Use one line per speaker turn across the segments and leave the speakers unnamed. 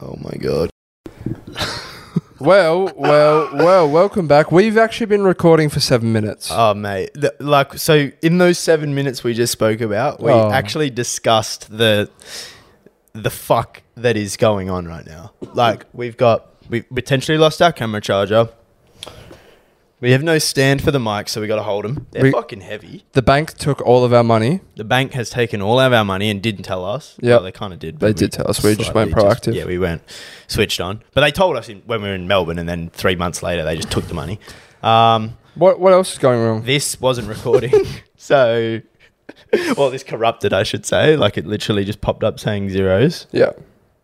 Oh my god.
Well, well, well, welcome back. We've actually been recording for seven minutes.
Oh mate, Th- like so in those 7 minutes we just spoke about, we
Oh.
actually discussed the the fuck that is going on right now. Like we've got we potentially lost our camera charger. We have no stand for the mic, so we got to hold them. They're
We-
fucking heavy.
the bank took all of our money.
The bank has taken all of our money and didn't tell us.
Yep.
Well, they kind of did. but
They
we
did tell us. We just
slightly
went proactive.
yeah, we went switched on. But they told us in, when we were in Melbourne, and then three months later, they just took the money. Um,
What what else is going wrong?
this wasn't recording, so well, this corrupted, I should say. Like it literally just popped up saying zeros.
Yeah.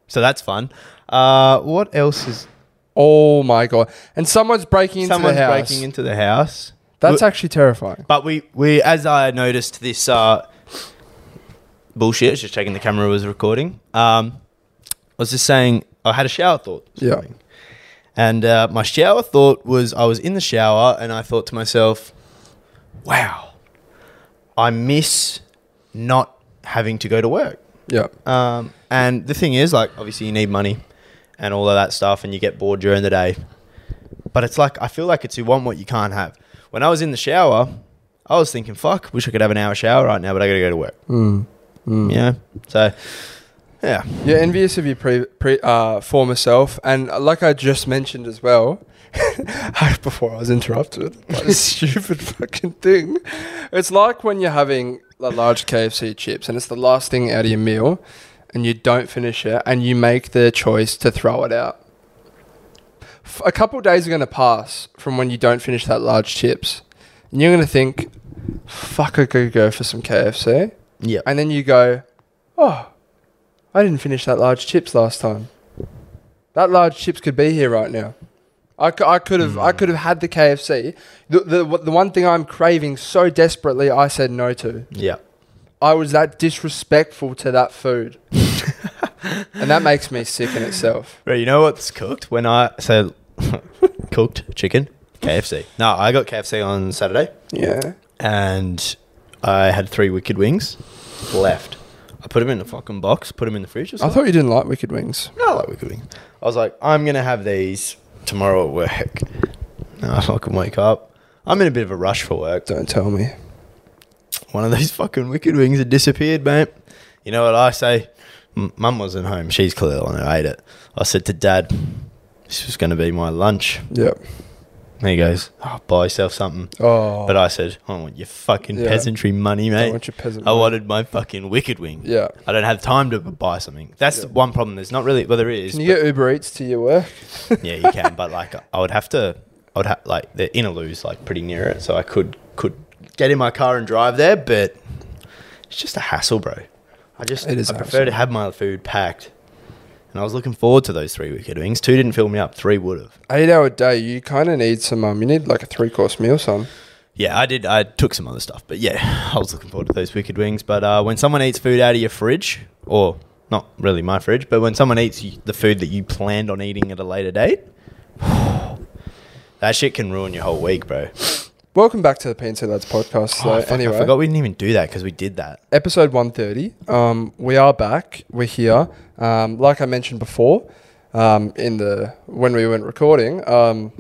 So that's fun. Uh, what else is
Oh my god! And someone's breaking into
someone's
the house.
breaking into the house?
That's actually terrifying.
But we, we as I noticed this uh, bullshit, just checking the camera was recording. Um, I was just saying I had a shower thought. this
Yeah.
morning. And uh, my shower thought was I was in the shower and I thought to myself, wow, I miss not having to go to work.
Yeah.
Um, and the thing is, like, obviously you need money and all of that stuff, and you get bored during the day. But it's like I feel like it's you want what you can't have. When I was in the shower, I was thinking, "Fuck, wish I could have an hour shower right now, but I gotta go to work."
Mm. Mm.
You know, so yeah,
You're envious of your pre, pre, uh, former self, and like I just mentioned as well, before I was interrupted by this stupid fucking thing. It's like when you're having a large KFC chips, and it's the last thing out of your meal, and you don't finish it, and you make the choice to throw it out. F- A couple of days are going to pass from when you don't finish that large chips, and you're going to think, "Fuck, I could go for some KFC."
yeah.
And then you go, oh, I didn't finish that large chips last time. That large chips could be here right now. I, cou- I could have I could have had the KFC. The, the the one thing I'm craving so desperately, I said no to.
Yeah.
I was that disrespectful to that food, and that makes me sick in itself.
Bro, you know what's cooked? When I so cooked chicken, KFC. No, I got KFC on Saturday,
Yeah.
and I had three wicked wings left. I put them in a fucking box, put them in the fridge. Or
I
something.
thought you didn't like Wicked Wings.
No, I like wicked wings. I was like, I'm gonna have these tomorrow at work. And I fucking wake up. I'm in a bit of a rush for work.
Don't tell me.
One of those fucking wicked wings had disappeared, mate. You know what I say? M- Mum wasn't home. She's clearly the one who ate it. I said to Dad, "This was gonna be my lunch."
Yep.
And he goes, oh, "Buy yourself something."
Oh.
But I said, "I don't want your fucking
Yeah.
peasantry money, mate.
don't want your peasant.
I
money.
wanted my fucking wicked wing.
Yeah.
I don't have time to buy something. That's
Yeah.
the one problem. There's not really. Well, there is.
Can you get Uber Eats to your work?
yeah, you can, but like I would have to, I would have like the Innaloo's like pretty near it, so I could could get in my car and drive there, but it's just a hassle, bro. I just
It is
I
a
prefer to have my food packed, and I was looking forward to those three wicked wings. Two didn't fill me up, three would have.
eight hour day, you kind of need some, um, you need like a three course meal, son.
Yeah, I did. I took some other stuff, but yeah, I was looking forward to those wicked wings. But uh, when someone eats food out of your fridge, or not really my fridge, but when someone eats y- the food that you planned on eating at a later date. That shit can ruin your whole week, bro.
Welcome back to the PNC Lads podcast. So,
Oh, fuck,
anyway,
I forgot we didn't even do that because we did that.
episode 130. Um, we are back, we're here. Um, like I mentioned before, um, in the when we weren't recording, um,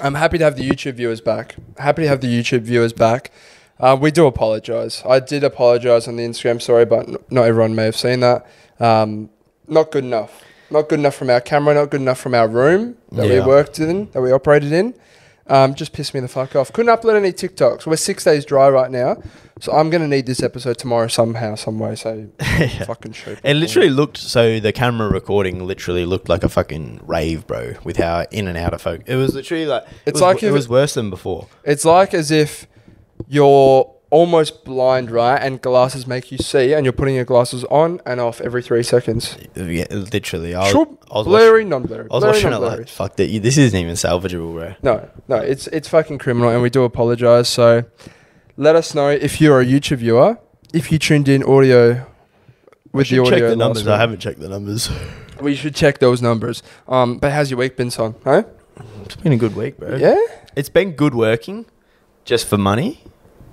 I'm happy to have the YouTube viewers back. Happy to have the YouTube viewers back. Uh, we do apologize. I did apologize on the Instagram story, but n- not everyone may have seen that. Um, not good enough. Not good enough from our camera. Not good enough from our room that we
Yeah.
worked in, that we operated in. Um, just pissed me the fuck off. Couldn't upload any TikToks. We're six days dry right now, so I'm gonna need this episode tomorrow somehow, some way. So
Yeah.
fucking shoot.
It literally looked so the camera recording literally looked like a fucking rave, bro, with how in and out of focus. It was literally like
It's
it was,
like
it
if-
was worse than before.
It's like as if you're almost blind, right? And glasses make you see, and you're putting your glasses on and off every three seconds.
Yeah, literally. I was,
Sure,
I was
blurry, non-blurry.
watching, I was
blurry,
watching it
non-blurry.
like fuck that. You, this isn't even salvageable, bro.
No, no, it's it's fucking criminal, and we do apologize. So, let us know if you're a YouTube viewer, if you tuned in audio with the
Should
audio.
check the
last
numbers. I
week.
haven't checked the numbers.
We should check those numbers. Um, but how's your week been, son? Huh?
It's been a good week, bro.
Yeah.
it's been good working, just for money.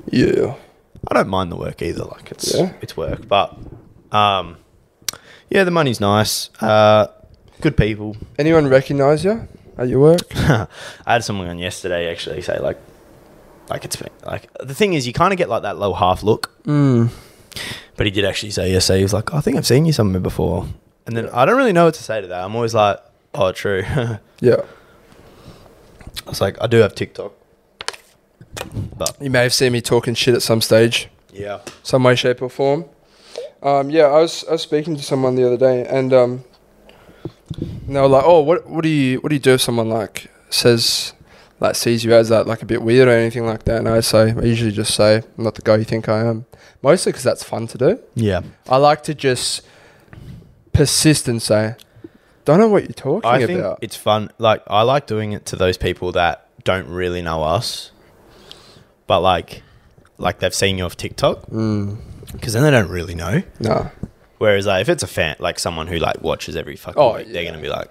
Yeah.
I don't mind the work either. Like it's
Yeah.
it's work, but um, yeah, the money's nice. Uh, good people.
Anyone recognise you at your work?
I had someone on yesterday actually say like, like it's been- like the thing is you kind of get like that low half look, Hmm.
Mm.
but he did actually say yes. So he was like, "Oh, I think I've seen you somewhere before, and then I don't really know what to say to that. I'm always like, oh, true. I
Yeah.
was like, I do have TikTok, but
You may have seen me talking shit at some stage,
yeah,
some way, shape, or form. Um, yeah, I was I was speaking to someone the other day, and um, and they were like, "Oh, what what do you what do you do if someone like says like sees you as that like a bit weird or anything like that?" And I say, I usually just say, "I'm not the guy you think I am," mostly because that's fun to do.
yeah.
I like to just persist and say, "Don't know what you're talking
I think
about."
it's fun. Like I like doing it to those people that don't really know us, but like, like they've seen you off TikTok
Mm,
because then they don't really know.
no,
Whereas like, if it's a fan, like someone who like watches every fucking
Oh,
week, they're
yeah.
gonna be like,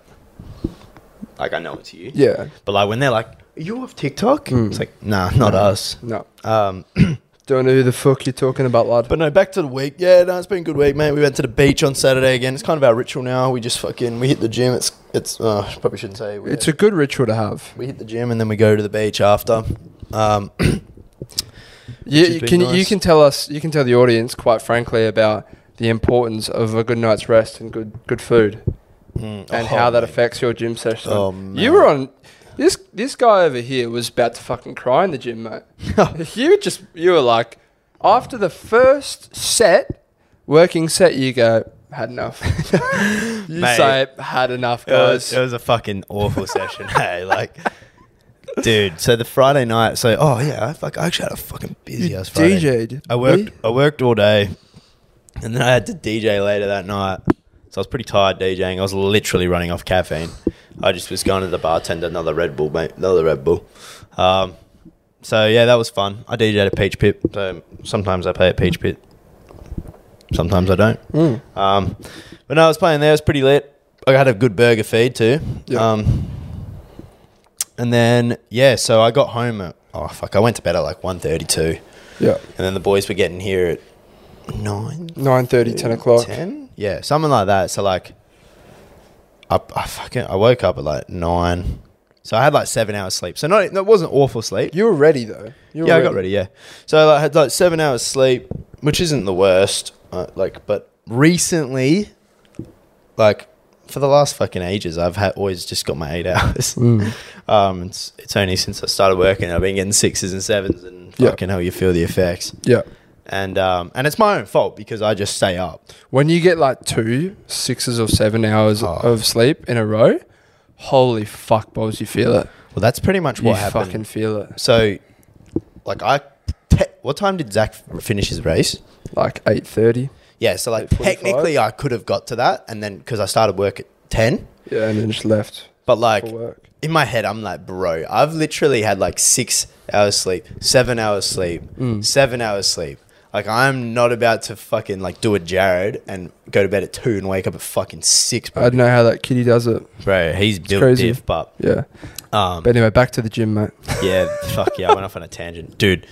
like I know it's you.
yeah,
But like when they're like, Are you off TikTok?
Mm.
It's like, nah, not us.
no,
Um,
don't know who the fuck you're talking about, lad.
but no, back to the week. Yeah, no, it's been a good week, mate. We went to the beach on Saturday again. It's kind of our ritual now. We just fucking we hit the gym. It's it's uh, probably shouldn't say we
it's a good ritual to have.
we hit the gym and then we go to the beach after. Um,
Yeah,
has
you
been
can you
nice.
can tell us you can tell the audience quite frankly about the importance of a good night's rest and good good food
mm,
and
oh,
how that
mate.
affects your gym session.
Oh,
you
man.
were on this this guy over here was about to fucking cry in the gym, mate. you just you were like after the first set, working set, you go had enough. you
Mate.
say had enough,
It was,
guys.
it was a fucking awful session. Hey, like, dude. So the Friday night. So oh yeah, I fuck. I actually had a fucking busy
You
ass Friday.
DJ'd.
I worked.
We-
I worked all day, and then I had to DJ later that night. So I was pretty tired DJing. I was literally running off caffeine. I just was going to the bartender another Red Bull, mate. Another Red Bull. Um, so yeah, that was fun. I DJ'd at Peach Pit. So sometimes I play at Peach Pit. Sometimes I don't.
Mm.
Um, but no, I was playing there. It was pretty lit. I had a good burger feed too.
Yeah.
Um, and then yeah, so I got home at oh fuck, I went to bed at like 1.32.
Yeah,
and then the boys were getting here at nine,
nine thirty, ten o'clock.
ten, yeah, something like that. So like, I, I fucking I woke up at like nine, so I had like seven hours sleep. So not that wasn't awful sleep.
You were ready though. You were
yeah, I got ready. Yeah, so I had like seven hours sleep, which isn't the worst. Uh, like, but recently, like for the last fucking ages, I've had always just got my eight hours.
Mm.
Um, it's, it's only since I started working, I've been getting sixes and sevens, and
Yeah.
fucking hell, you feel the effects.
Yeah.
And um, and it's my own fault because I just stay up.
When you get like two sixes or seven hours
Oh.
of sleep in a row, holy fuck balls, you feel it.
Well, that's pretty much
you
what happened.
fucking feel it.
so, like, I te- what time did Zach finish his race?
Like eight thirty.
Yeah, so like
8:45?
technically I could have got to that, and then because I started work at ten,
Yeah, and then just left
but like
for work.
in my head I'm like, bro, I've literally had like six hours sleep, seven hours sleep,
Mm.
seven hours sleep. Like I'm not about to fucking like do a Jared and go to bed at two and wake up at fucking six,
I
bro.
don't know how that kitty does it.
Bro, he's built
crazy.
diff, but
Yeah.
um,
But anyway, back to the gym, mate.
yeah, fuck yeah, I went off on a tangent, dude.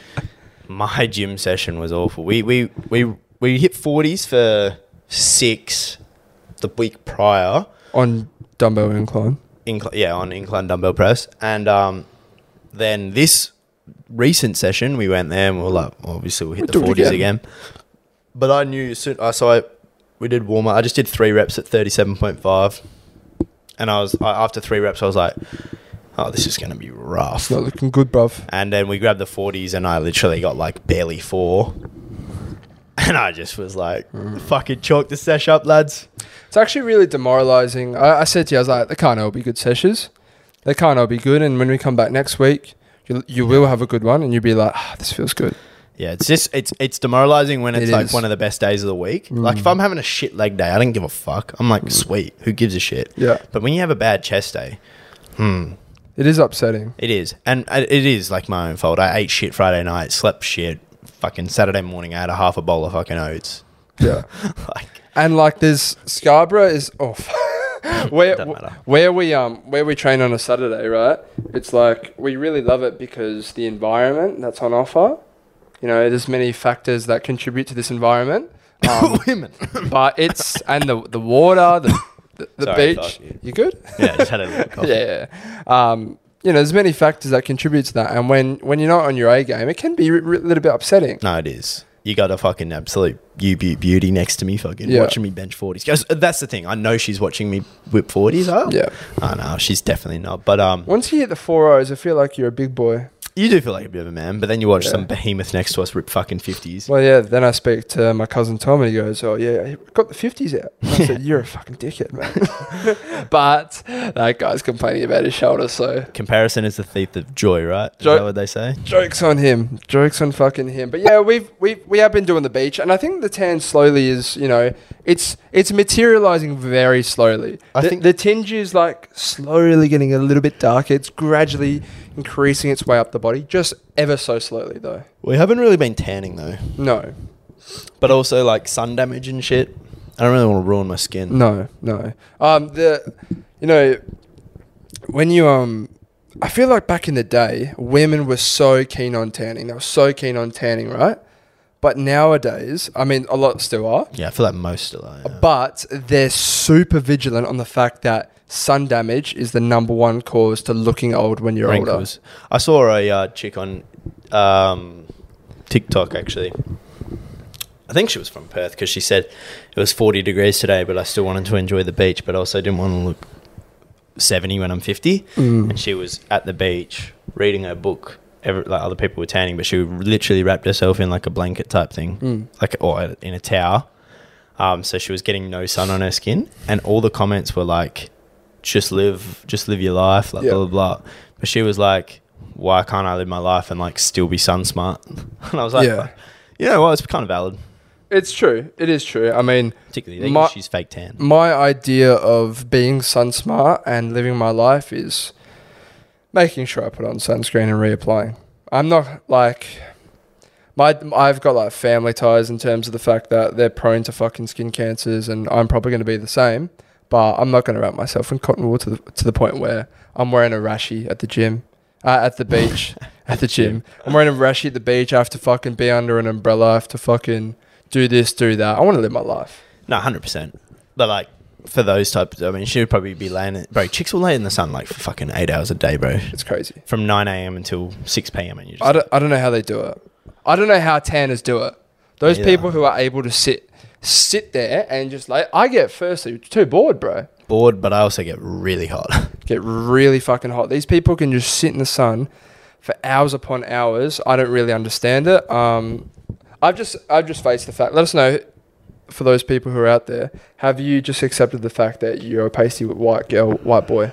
My gym session was awful. We we we we hit forties for six the week prior.
On dumbbell incline.
Incl- yeah, on incline dumbbell press, and um, then this recent session we went there and we were like, obviously we'll hit
We'll
the
do it
forties
again.
again. But I knew as soon. I saw it. We did warm up. I just did three reps at thirty-seven point five, and I was I, after three reps, I was like, oh, this is gonna be rough.
It's not looking good, bruv.
And then we grabbed the 40s, and I literally got like barely four. And I just was like,
Mm.
fucking chalk the sesh up, lads.
It's actually really demoralizing. I, I said to you, I was like, they can't all be good sessions. They can't all be good. And when we come back next week, you, you will have a good one and you'll be like, ah, this feels good.
Yeah, it's just, it's it's demoralizing when it's
It
like
is. Mm.
one of the best days of the week. Like, if I'm having a shit leg day, I don't give a fuck. I'm like, sweet, who gives a shit?
Yeah.
But when you have a bad chest day, hmm,
It is upsetting.
it is. And it it is like my own fault. I ate shit Friday night, slept shit. Fucking Saturday morning, I had a half a bowl of fucking oats.
Yeah.
like,
And like there's Scarborough is off. where
Don't matter.
where we um where we train on a Saturday, right? It's like we really love it because the environment that's on offer. You know, there's many factors that contribute to this environment. Um,
women.
but it's and the the water, the the, the
Sorry,
beach.
fuck you.
You good?
Yeah, just had a little cough.
Yeah. Um, you know, there's many factors that contribute to that, and when when you're not on your A game, it can be a little bit upsetting.
No, it is. You got a fucking absolute you be- beauty next to me, fucking
Yeah.
watching me bench forties. That's the thing. I know she's watching me whip forties. Oh,
Yeah.
I know she's definitely not. But um,
Once you hit the four O's, I feel like you're a big boy.
you do feel like a bit of a man. But then you watch
Yeah.
some behemoth next to us rip fucking fifties.
Well, yeah. Then I speak to my cousin Tom, and he goes, "Oh yeah, I got the fifties out." And I said, "You're a fucking dickhead, man." but that guy's complaining about his shoulder, so
Comparison is the thief of joy, right? Is
Joy-
that what they say?
jokes on him. Jokes on fucking him. But yeah, we've we we have been doing the beach, and I think the tan slowly is you know it's it's materializing very slowly.
I
the,
think-
the tinge is like slowly getting a little bit darker. It's gradually increasing its way up the body, just ever so slowly though.
We haven't really been tanning though,
No,
but also like sun damage and shit. I don't really want to ruin my skin.
No, no. Um, the, you know, when you um, I feel like back in the day, women were so keen on tanning. They were so keen on tanning, right? But nowadays, I mean, a lot still are,
Yeah, I feel like uh, most of that. yeah.
but they're super vigilant on the fact that sun damage is the number one cause to looking old when you're
wrinkles. I saw a uh, chick on um, TikTok actually. I think she was from Perth because she said it was 40 degrees today, but I still wanted to enjoy the beach, but also didn't want to look 70 when I'm 50.
older.
And she was at the beach reading her book. Every, like other people were tanning, but she literally wrapped herself in like a blanket type thing,
Mm.
like or in a towel. Um, so she was getting no sun on her skin, and all the comments were like, "Just live, just live your life," like
Yeah.
blah blah blah. But she was like, "Why can't I live my life and like still be sun smart?" And I was like,
Yeah.
"You know what? It's kind of valid,
It's true. It is true. I mean,
particularly
My-
because she's fake tan."
my idea of being sun smart and living my life is making sure I put on sunscreen and reapplying. I'm not like my I've got like family ties in terms of the fact that they're prone to fucking skin cancers, and I'm probably going to be the same. But I'm not going to wrap myself in cotton wool to the, to the point where I'm wearing a rashie at the gym, uh, at the beach, at the gym. I'm wearing a rashie at the beach. I have to fucking be under an umbrella. I have to fucking do this, do that. I want to live my life.
No, hundred percent. But like for those types, I mean, she would probably be laying it, bro. Chicks will lay in the sun like for fucking eight hours a day, bro,
It's crazy.
from nine a.m. until six p.m. And you just
I don't, I don't know how they do it. I don't know how tanners do it. Those
Yeah.
people who are able to sit sit there and just like I get firstly too bored, bro.
bored, but I also get really hot.
Get really fucking hot. These people can just sit in the sun for hours upon hours. I don't really understand it. Um, I've just I've just faced the fact. Let us know for those people who are out there. Have you just accepted the fact that you're a pasty white girl, white boy?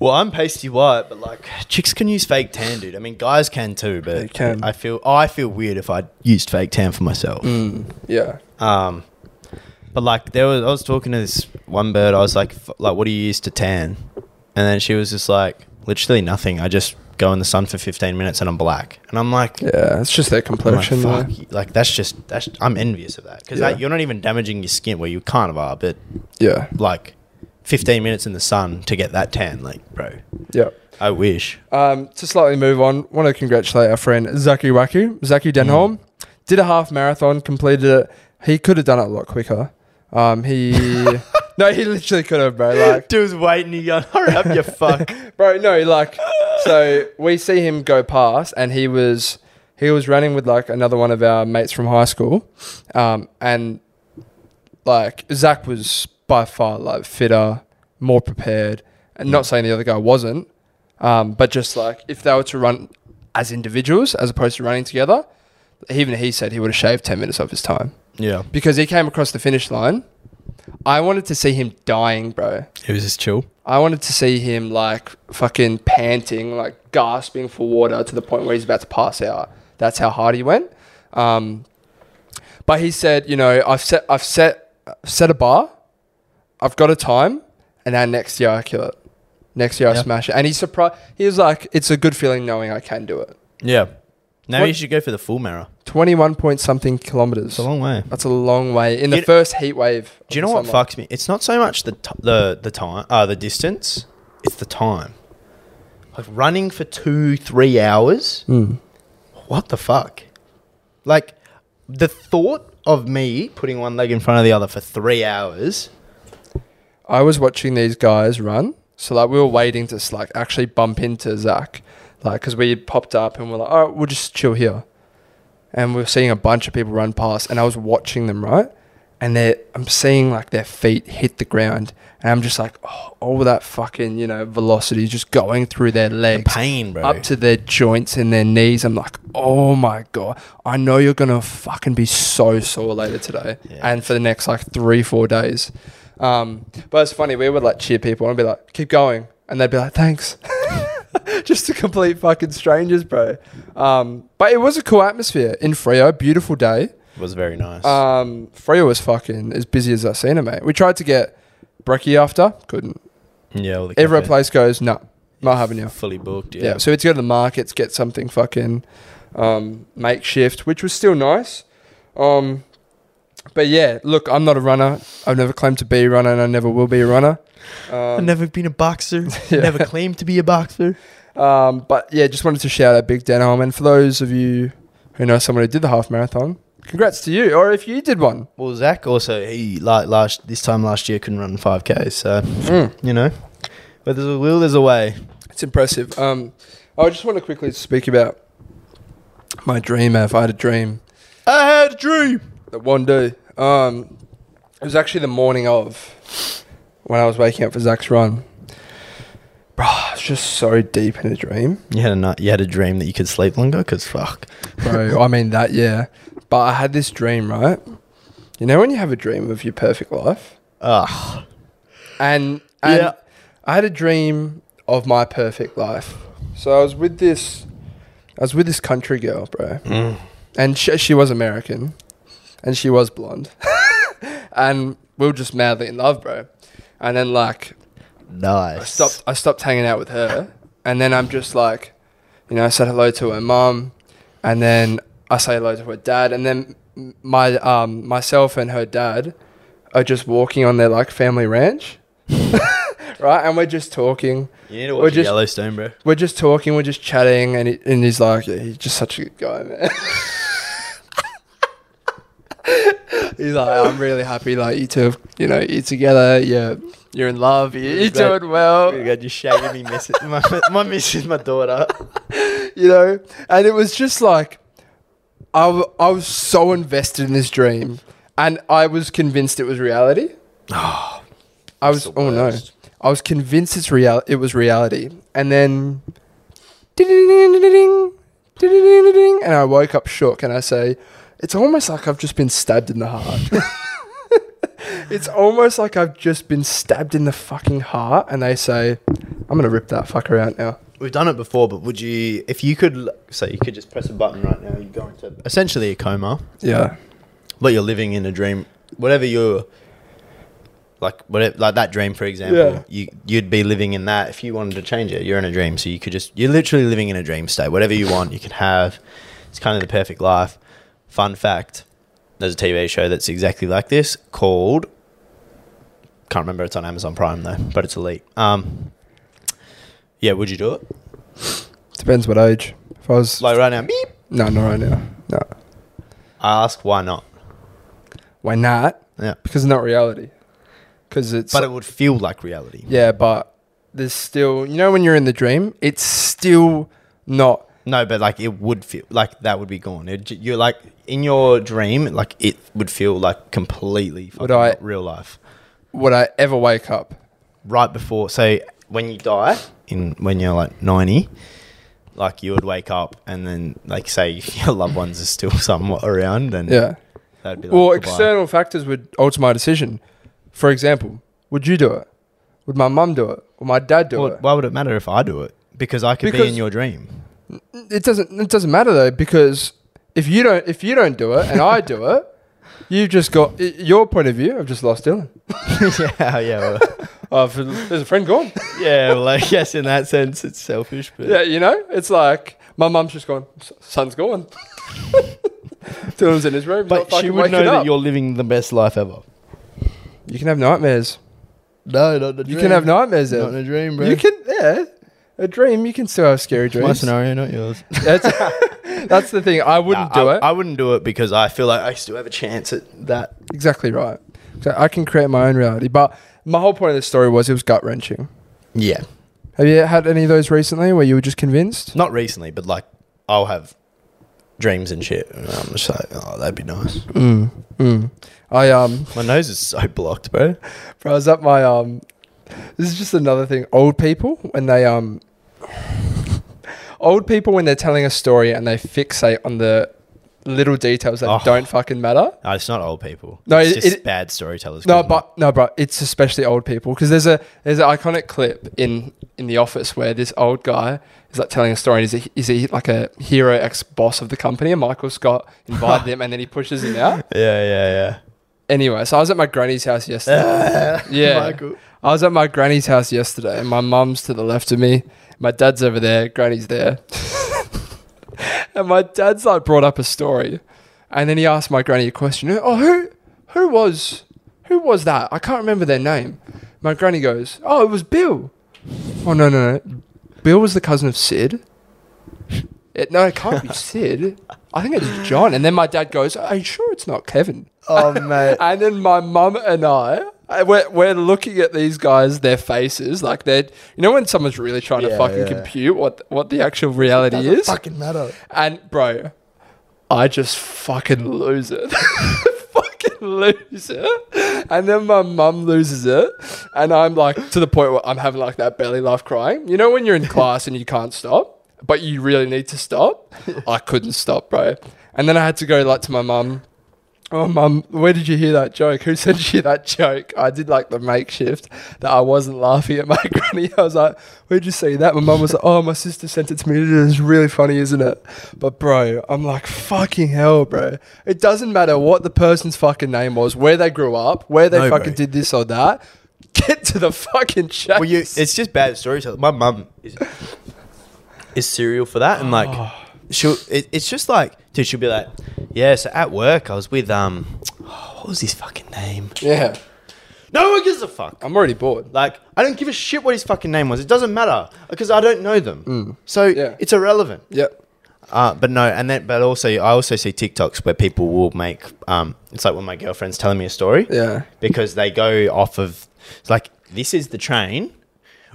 well, I'm pasty white, but like chicks can use fake tan, dude. I mean, guys can too, but
They can. Mm.
I feel oh, I feel weird if I used fake tan for myself.
Yeah.
Um, but like there was, I was talking to this one bird. I was like, "F- like, what do you use to tan? And then she was just like, literally nothing. I just go in the sun for 15 minutes and I'm black. And I'm like,
Yeah. It's just their
I'm like,
complexion.
fuck,
though.
you- like that's just that's I'm envious of that because
Yeah.
you're not even damaging your skin where you kind of are, but
Yeah.
like 15 minutes in the sun to get that tan, like bro,
Yeah.
I wish.
Um, to slightly move on, want to congratulate our friend Zaki Waku, Zaki Denholm. Did a half marathon, completed it. He could have done it a lot quicker. Um, he no, he literally could have, bro. Like,
Dude's waiting. You going, hurry up, you fuck.
bro, no, like. So we see him go past, and he was he was running with like another one of our mates from high school, um, and like Zach was by far like fitter, more prepared, and not saying the other guy wasn't, um, but just like if they were to run as individuals as opposed to running together, even he said he would have shaved ten minutes of his time
Yeah,
because he came across the finish line. I wanted to see him dying, bro.
it was just chill.
I wanted to see him like fucking panting, like gasping for water to the point where he's about to pass out. That's how hard he went. Um, but he said, you know, I've set, I've set, I've set a bar. I've got a time, and now next year I kill it. Next year I
Yeah.
smash it. And he's surprised. He was like, it's a good feeling knowing I can do it.
Yeah, now
What-
you should go for the full mirror.
Twenty-one point something kilometers.
It's a long way.
That's a long way in the
You-
first heat wave.
Do you know
of the
what
summer.
fucks me? It's not so much the t- the the time, uh, the distance. It's the time. Like running for two, three hours.
Mm.
What the fuck? Like the thought of me putting one leg in front of the other for three hours.
I was watching these guys run. So like we were waiting to s- like actually bump into Zach, like because we had popped up and we're like, all right, we'll just chill here, and we we're seeing a bunch of people run past, and I was watching them right, and they are I'm seeing like their feet hit the ground, and I'm just like, oh, all that fucking you know velocity just going through their
The
legs
pain, bro.
up to their joints and their knees. I'm like, oh my god, I know you're gonna fucking be so sore later today,
Yeah.
and for the next like three four days. Um, but it's funny, we would like cheer people and be like, keep going, and they'd be like, thanks, just to complete fucking strangers, bro. Um, but it was a cool atmosphere in Frio, beautiful day.
It was very nice.
Um, Frio was fucking as busy as I've seen it, mate. We tried to get brekkie after, couldn't.
yeah, all the
Every
cafe-
place goes, no, not having you.
fully booked.
Yeah.
Yeah,
So we had to go to the markets, get something fucking um, makeshift, which was still nice. Um, but yeah, look, I'm not a runner. I've never claimed to be a runner, and I never will be a runner.
I've
Um,
never been a boxer.
Yeah.
Never claimed to be a boxer.
um, but yeah, just wanted to shout out Big Denholm, and for those of you who know someone who did the half marathon, congrats to you. Or if you did one,
Well, Zach also he like last this time last year couldn't run five k. So
Mm.
you know, but there's a will, there's a way.
it's impressive. Um, I just want to quickly speak about my dream. If I had a dream,
I had a dream.
that one day. Um, it was actually the morning of when I was waking up for Zach's run. Bro, I was just so deep in a dream,
You had a night, you had a dream that you could sleep longer because fuck.
bro. I mean that, yeah. But I had this dream, right? You know when you have a dream of your perfect life,
Ugh.
and and
Yeah.
I had a dream of my perfect life. So I was with this, I was with this country girl, bro.
Mm.
and she, she was American, and she was blonde, and we were just madly in love, bro. And then like I
Nice.
stopped, I stopped hanging out with her, and then I'm just like, you know, I said hello to her mum, and then I say hello to her dad, and then m- my um myself and her dad are just walking on their like family ranch, right? And we're just talking,
You need to
Or
watch
just-
Yellowstone, bro.
we're just talking, we're just chatting, and, he, and he's like, yeah, he's just such a good guy, man. he's like, I'm really happy, like you two, have, you know, you're together, you're you're in love, you- you're,
Is that-
doing well,
Oh my god, you're shaking me, miss My, my missus, my daughter.
you know. And it was just like, I w- I was so invested in this dream, and I was convinced it was reality. I was, oh no, I was convinced it's real. It was reality, and then, ding, ding, and I woke up shook, and I say, it's almost like I've just been stabbed in the heart. it's almost like I've just been stabbed in the fucking heart, and they say, I'm gonna rip that fucker out now.
We've done it before, but would you, if you could, l- so you could just press a button right now, you go into essentially a coma,
Yeah,
but you're living in a dream. Whatever you're, like, whatever, like that dream, for example,
Yeah.
you, you'd be living in that. If you wanted to change it, you're in a dream. So you could just, you're literally living in a dream state. Whatever you want, you can have. It's kind of the perfect life. Fun fact there's a TV show that's exactly like this called, can't remember, it's on Amazon Prime though, but it's elite. Um, yeah, would you do it?
depends what age. If I was,
Like right now, beep.
no, not right now. No,
I ask why not.
why not?
Yeah.
Because it's not reality. Because it's
But it would feel like reality.
Yeah, but there's still, you know, when you're in the dream, it's still not.
No, but like it would feel like that would be gone. It, j- you're like in your dream, like it would feel like completely fucking
Would I-
not real life.
Would I ever wake up?
Right before, so when you die, in when you're like ninety, like you would wake up and then like say if your loved ones are still somewhat around, then
Yeah.
that'd be like
Well,
goodbye.
external factors would alter my decision. For example, would you do it? Would my mum do it? Would my dad do
Well,
it?
why would it matter if I do it? Because I could be in
Because-
your dream.
It doesn't. It doesn't matter though, because if you don't, if you don't do it, and I do it, you've just got i- your point of view. I've just lost Dylan.
yeah, yeah, well,
Oh, there's a friend gone.
yeah. Well, I guess in that sense, it's selfish, but
Yeah, you know, it's like my mum's just gone. "S- Son's gone. Dylan's in his room. he's not
But she
fucking
would
waking
know that
up.
you're living the best life ever.
You can have nightmares.
No, not the
You can have nightmares. Ev.
a dream,
you can, yeah. A dream, you can still have scary dreams.
My scenario, not yours.
That's, that's the thing. I wouldn't do
I,
it.
I wouldn't do it because I feel like I still have a chance at that.
exactly right. So I can create my own reality, but My whole point of this story was it was gut wrenching.
Yeah.
Have you had any of those recently where you were just convinced?
Not recently, but like I'll have dreams and shit. And I'm just like, oh, that'd be nice.
Mm. Mm. I um,
My nose is so blocked, bro.
bro, I was at my um. This is just another thing. Old people when they um. Old people when they're telling a story and they fixate on the little details that
Oh.
don't fucking matter.
No, it's not old people.
No,
it's
it-
just
it-
bad storytellers.
No,
isn't it?
but no, bro. It's especially old people because there's a there's an iconic clip in in the office where this old guy is like telling a story. Is he is he like a hero ex boss of the company? And Michael Scott invited him, and then he pushes him out.
yeah,
Anyway, so I was at my granny's house yesterday.
yeah, yeah.
Yeah.
Michael.
I was at my granny's house yesterday, and my mum's to the left of me. My dad's over there. Granny's there. and my dad's like brought up a story, and then he asked my granny a question. Oh, who, who was, who was that? I can't remember their name. My granny goes, Oh, it was Bill. Oh no no no, Bill was the cousin of Sid. It, no, it can't be Sid. I think it's John. And then my dad goes, Are you sure it's not Kevin?
Oh, mate.
And then my mum and I, I- we're, we're looking at these guys, their faces, like they're, you know, when someone's really trying to
Yeah,
fucking
yeah.
compute what what the actual reality is.
Fucking matter.
and bro, I just fucking lose it. fucking lose it. And then my mum loses it. And I'm like, to the point where I'm having like that belly laugh crying. You know, when you're in class and you can't stop, but you really need to stop? I couldn't stop, bro. And then I had to go like to my mum. Oh, mum, where did you hear that joke? Who sent you that joke? I did like the makeshift that I wasn't laughing at my granny. I was like, where'd you see that? My mum was like, oh, my sister sent it to me. It's really funny, isn't it? But, bro, I'm like, fucking hell, bro. It doesn't matter what the person's fucking name was, where they grew up, where they
No, bro.
fucking did this or that. Get to the fucking chase.
Well, you, it's just bad storytelling. My mum is is serial for that, and like, she'll. It, it's just like, dude, she'll be like, yeah. So at work, I was with um, what was his fucking name?
yeah.
No one gives a fuck.
I'm already bored.
Like, I don't give a shit what his fucking name was. It doesn't matter because I don't know them. So
Yeah.
it's irrelevant.
Yep.
Uh, but no, and then but also I also see TikToks where people will make um, it's like when my girlfriend's telling me a story
Yeah.
because they go off of it's like this is the train.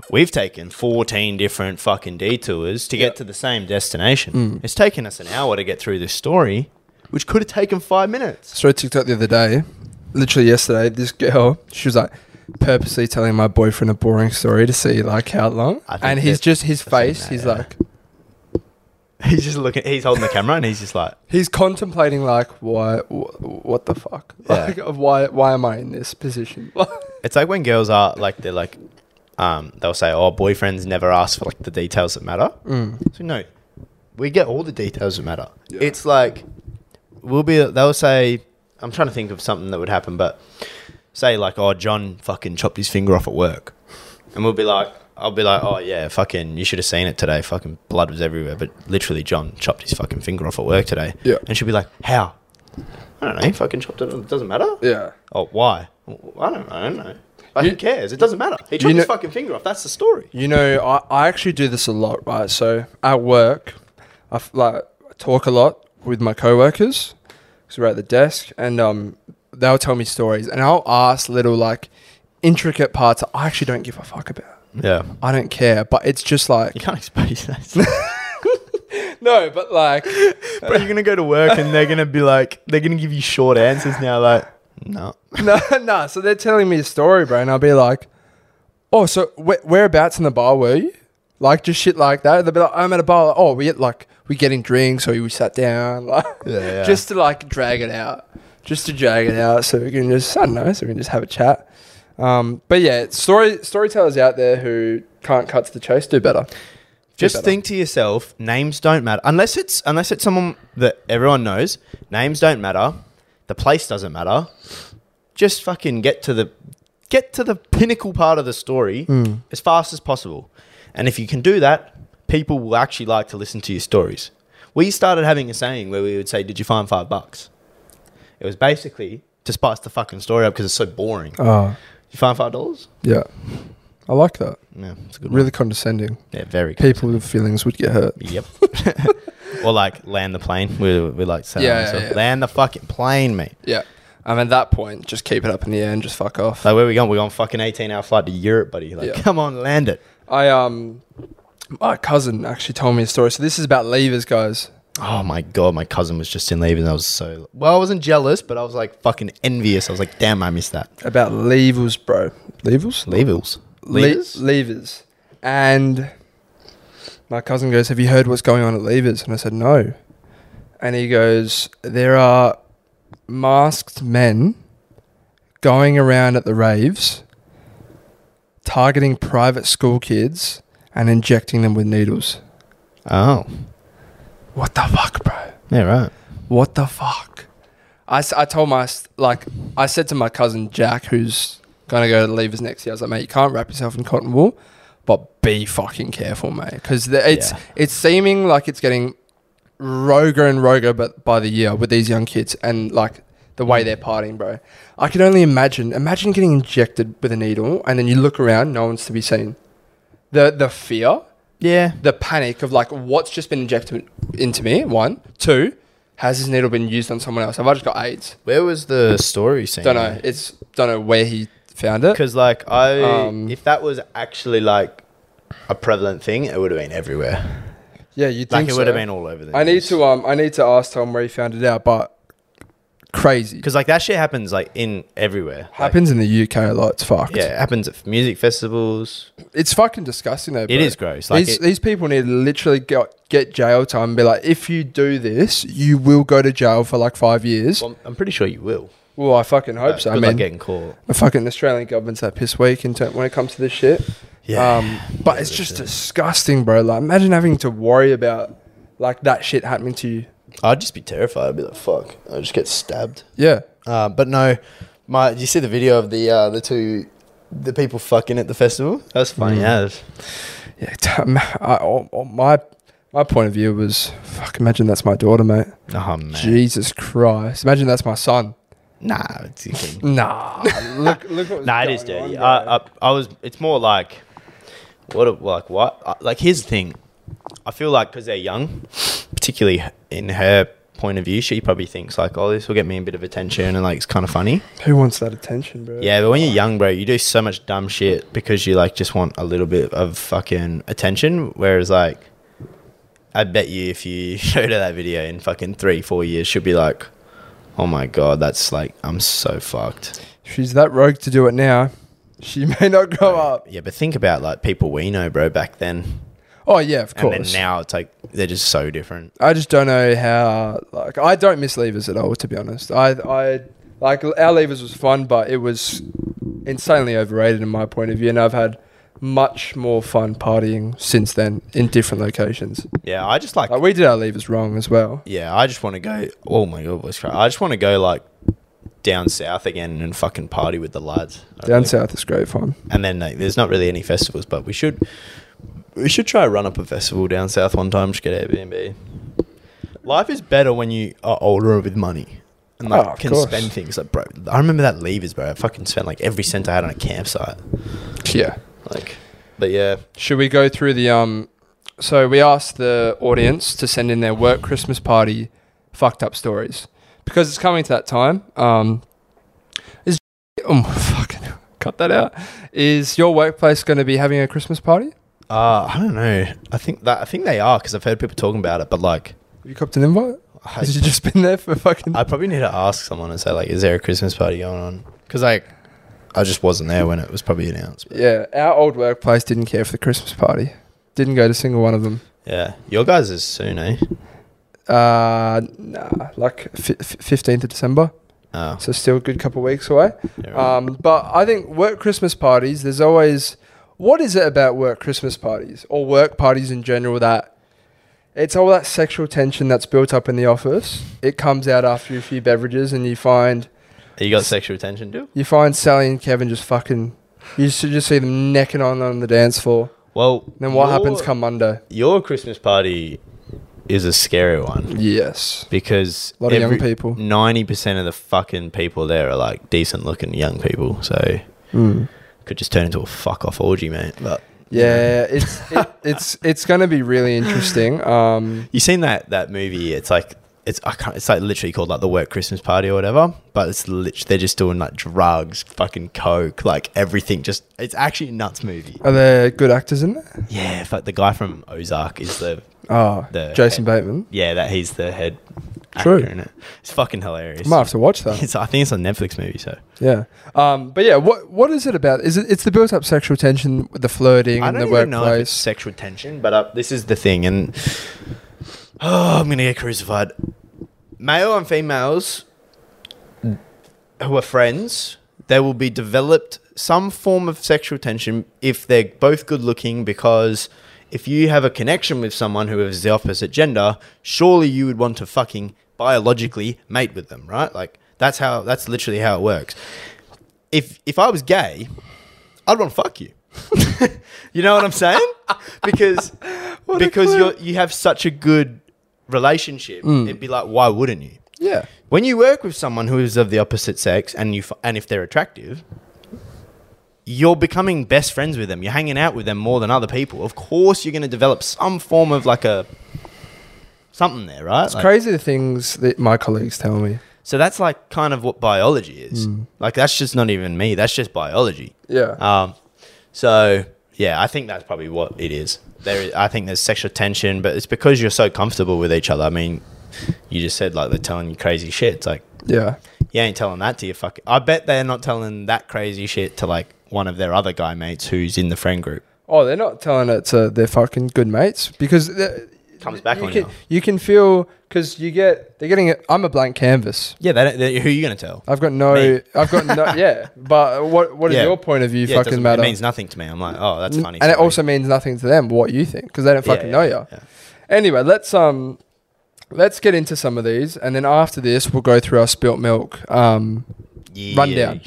We've taken fourteen different fucking detours to get to the same destination. It's taken us an hour to get through this story, which could have taken five minutes.
So I TikTok the other day, literally yesterday, this girl, she was like purposely telling my boyfriend a boring story to see like how long.
I think
And he's
that-
just his
I've seen
face,
that,
he's
yeah.
like
He's just looking. He's holding the camera and he's just like,
he's contemplating like why wh- what the fuck?
Yeah.
Like why why am I in this position?
It's like when girls are like they're like, um, they'll say, "Oh, boyfriends never ask for like the details that matter."
Mm.
So no, we get all the details that matter.
Yeah.
It's like we'll be. They'll say, "I'm trying to think of something that would happen," but say like, "Oh, John fucking chopped his finger off at work," and we'll be like. I'll be like, oh yeah, fucking, you should have seen it today. Fucking blood was everywhere, but literally, John chopped his fucking finger off at work today.
Yeah.
And she'll be like, how? I don't know. He fucking chopped it. It doesn't matter.
Yeah.
Oh, why? I don't, I don't know. Like,
You-
who cares? It doesn't matter. He chopped
You
his
know-
fucking finger off. That's the story.
You know, I, I actually do this a lot, right? So at work, I f- like talk a lot with my coworkers because we're at the desk, and um, they'll tell me stories, and I'll ask little like intricate parts that I actually don't give a fuck about.
Yeah.
I don't care, but it's just like
You can't expose that.
no, but like
Bro, you're going to go to work and they're going to be like, they're going to give you short answers now. Like, no.
no, no. So they're telling me a story, bro, and I'll be like, "Oh, so wh- whereabouts in the bar were you?" Like just shit like that. They'll be like, "I'm at a bar." Like, oh, we get like we getting drinks, or we sat down, like
Yeah, yeah.
just to like drag it out, just to drag it out, so we can just I don't know, so we can just have a chat. Um, but yeah, story storytellers out there who can't cut to the chase do better. Do
Just
better.
think to yourself, names don't matter. Unless it's unless it's someone that everyone knows, names don't matter. The place doesn't matter. Just fucking get to the get to the pinnacle part of the story
Mm.
as fast as possible. And if you can do that, people will actually like to listen to your stories. We started having a saying where we would say, "Did you find five bucks?" It was basically to spice the fucking story up because it's so boring.
Oh,
You find five dollars?
yeah, I like that.
Yeah, it's a good.
Really condescending.
one. yeah, very good.
People with feelings would get hurt.
Yep. or like land the plane. We we like say that
Yeah,
as well.
yeah, yeah.
land the fucking plane, mate.
Yeah. Um, at that point, just keep it up in the air and just fuck off.
Like, where we going? We're on fucking 18 hour flight to Europe, buddy. Like,
Yeah.
come on, land it.
I um, my cousin actually told me a story. So this is about levers, guys.
Oh my god, my cousin was just in leaving. I was so well, I wasn't jealous, but I was like fucking envious. I was like, damn, I missed that.
About levers, bro. Levers.
Levels.
Levers. levers. And my cousin goes, "Have you heard what's going on at levers?" And I said, "No." And he goes, "There are masked men going around at the raves, targeting private school kids and injecting them with needles."
Oh.
What the fuck, bro?
Yeah, right.
What the fuck? I, s- I told my, s- like, I said to my cousin Jack, who's going to go to the Leavers next year, I was like, mate, you can't wrap yourself in cotton wool, but be fucking careful, mate. Because it's,
Yeah.
it's seeming like it's getting roger and roger but by the year with these young kids and, like, the way they're partying, bro. I can only imagine. Imagine getting injected with a needle and then you look around, no one's to be seen. The, the fear
Yeah.
the panic of like what's just been injected into me. One, two, has this needle been used on someone else? Have I just got AIDS?
Where was the story scene?
Don't know. It's don't know where he found it.
Because like I,
Um,
if that was actually like a prevalent thing, it would have been everywhere.
Yeah, you
Like
think
it
so.
would have been all over. The
I need to um I need to ask Tom where he found it out, but crazy
Because like that shit happens like in everywhere. Like,
happens in the UK a lot. It's fucked.
Yeah, it happens at music festivals.
it's fucking disgusting though. Bro.
It is gross. Like
these
it-
these people need to literally get get jail time and be like, if you do this, you will go to jail for like five years.
well, I'm pretty sure you will.
Well, I fucking hope
But
so. I
good
mean,
luck getting caught.
the fucking Australian government's that piss weak in ter- when it comes to this shit.
Yeah.
Um, but it's just disgusting, bro. Like, imagine having to worry about like that shit happening to you.
I'd just be terrified. I'd be like, fuck. I just get stabbed.
Yeah.
Uh, but no, my. You see the video of the uh, the two, the people fucking at the festival. That's funny
Mm.
as.
Yeah. t- um, I, oh, oh, my my point of view was, fuck. Imagine that's my daughter, mate.
Oh man.
Jesus Christ. Imagine that's my son.
Nah. It's, you can-
Nah. look, look what's
nah, it is
going
dirty.
on, bro.
I, I I was. It's more like, what? a- Like what? I- Like here's the thing. I feel like because they're young, particularly in her point of view, she probably thinks like, oh, this will get me a bit of attention and like it's kind of funny.
Who wants that attention, bro?
Yeah, but when you're young, bro, you do so much dumb shit because you like just want a little bit of fucking attention. Whereas like, I bet you if you showed her that video in fucking three, four years, she'll be like, "Oh my god, that's like I'm so fucked."
She's that rogue to do it now. She may not grow up.
Yeah, but think about like people we know, bro, back then,
Oh yeah, of
and
course.
then now it's like they're just so different.
I just don't know how. Like, I don't miss levers at all, to be honest. I, I like our levers was fun, but it was insanely overrated in my point of view, and I've had much more fun partying since then in different locations.
Yeah, I just like.
Like, we did our levers wrong as well.
Yeah, I just want to go. Oh my god, voice crack. I just want to go like down south again and fucking party with the lads. I
Down
really
south is great fun.
and then like, there's not really any festivals, but we should we should try to run up a festival down south one time. Just get Airbnb. Life is better when you are older and with money and like
Oh, of
can
course.
spend things. Like, bro, I remember that levers, bro. I fucking spent like every cent I had on a campsite.
Yeah.
Like, but yeah,
Should we go through the um? So we asked the audience to send in their work Christmas party fucked up stories because it's coming to that time. Um, is oh fucking hell, cut that out. Is your workplace going to be having a Christmas party?
uh, I don't know. I think that I think they are because I've heard people talking about it, but like.
Have you copped an invite?
I,
Has you just been there for fucking?
I probably need to ask someone and say like, "Is there a Christmas party going on?" Because like, I just wasn't there when it was probably announced. But
yeah, our old workplace didn't care for the Christmas party. Didn't go to a single one of them.
yeah, your guys is soon, eh?
Uh, nah, like fifteenth of December.
Oh,
So still a good couple of weeks away.
yeah, right.
Um, but I think work Christmas parties, there's always what is it about work Christmas parties or work parties in general that it's all that sexual tension that's built up in the office. It comes out after a few beverages and you find
You got sexual attention, dude?
you find Sally and Kevin just fucking you should just see them necking on on the dance floor.
Well,
And then what
your-
happens come Monday?
Your Christmas party is a scary one
Yes.
because
A lot of young people.
Ninety percent of the fucking people there are like decent looking young people, so
Mm.
could just turn into a fuck off orgy, mate. But
Yeah, it's it, it's it's going to be really interesting. Um
you seen that that movie? It's like. it's I can't, it's like literally called like the work Christmas party or whatever. But it's lit they're just doing like drugs, fucking coke, like everything. Just it's actually a nuts movie.
Are there good actors in there?
Yeah, fuck the guy from Ozark is the
Oh,
The-
Jason Bateman.
yeah that he's the head actor
True.
in it. It's fucking hilarious.
I might have to watch that.
It's, I think it's a Netflix movie. So
Yeah. Um, but yeah, what what is it about? Is it it's the built up sexual tension, with the flirting,
I
in
don't
the
even know if it's
workplace?
sexual tension, but uh, this is the thing, and oh, I'm gonna get crucified. Male and females who are friends, they will be developed some form of sexual tension if they're both good looking. Because if you have a connection with someone who is the opposite gender, surely you would want to fucking biologically mate with them, right? Like that's how that's literally how it works. If if I was gay, I'd want to fuck you. you know what I'm saying? Because
a
because
clue. Mm.
you you have such a good relationship, it'd be like, why wouldn't you?
Yeah.
When you work with someone who is of the opposite sex and you f- and if they're attractive, you're becoming best friends with them. You're hanging out with them more than other people. Of course, you're going to develop some form of like a something there, right?
It's
Like-
crazy the things that my colleagues tell me.
So that's like kind of what biology is. Like that's just not even me. That's just biology.
Yeah.
Um, so yeah, I think that's probably what it is. There, is, I think there's sexual tension, but it's because you're so comfortable with each other. I mean, you just said like they're telling you crazy shit. It's like
yeah.
you ain't telling that to your fucking. I bet they're not telling that crazy shit to like one of their other guy mates who's in the friend group.
Oh, they're not telling it to their fucking good mates because they're-
Comes back
you
on
can,
you.
You can feel because you get they're getting. it- I'm a blank canvas.
Yeah, they don't, they, who are you gonna tell?
I've got no.
Me.
I've got no. yeah, but what what is
Yeah.
your point of view?
yeah, it
fucking
doesn't-
matter.
It means nothing to me. I'm like, oh, that's
N-
funny.
And it
sorry.
also means nothing to them what you think because they don't
Yeah,
fucking
yeah,
know you.
yeah.
Anyway, let's um, let's get into some of these, and then after this, we'll go through our spilt milk. Um,
Yeesh.
rundown.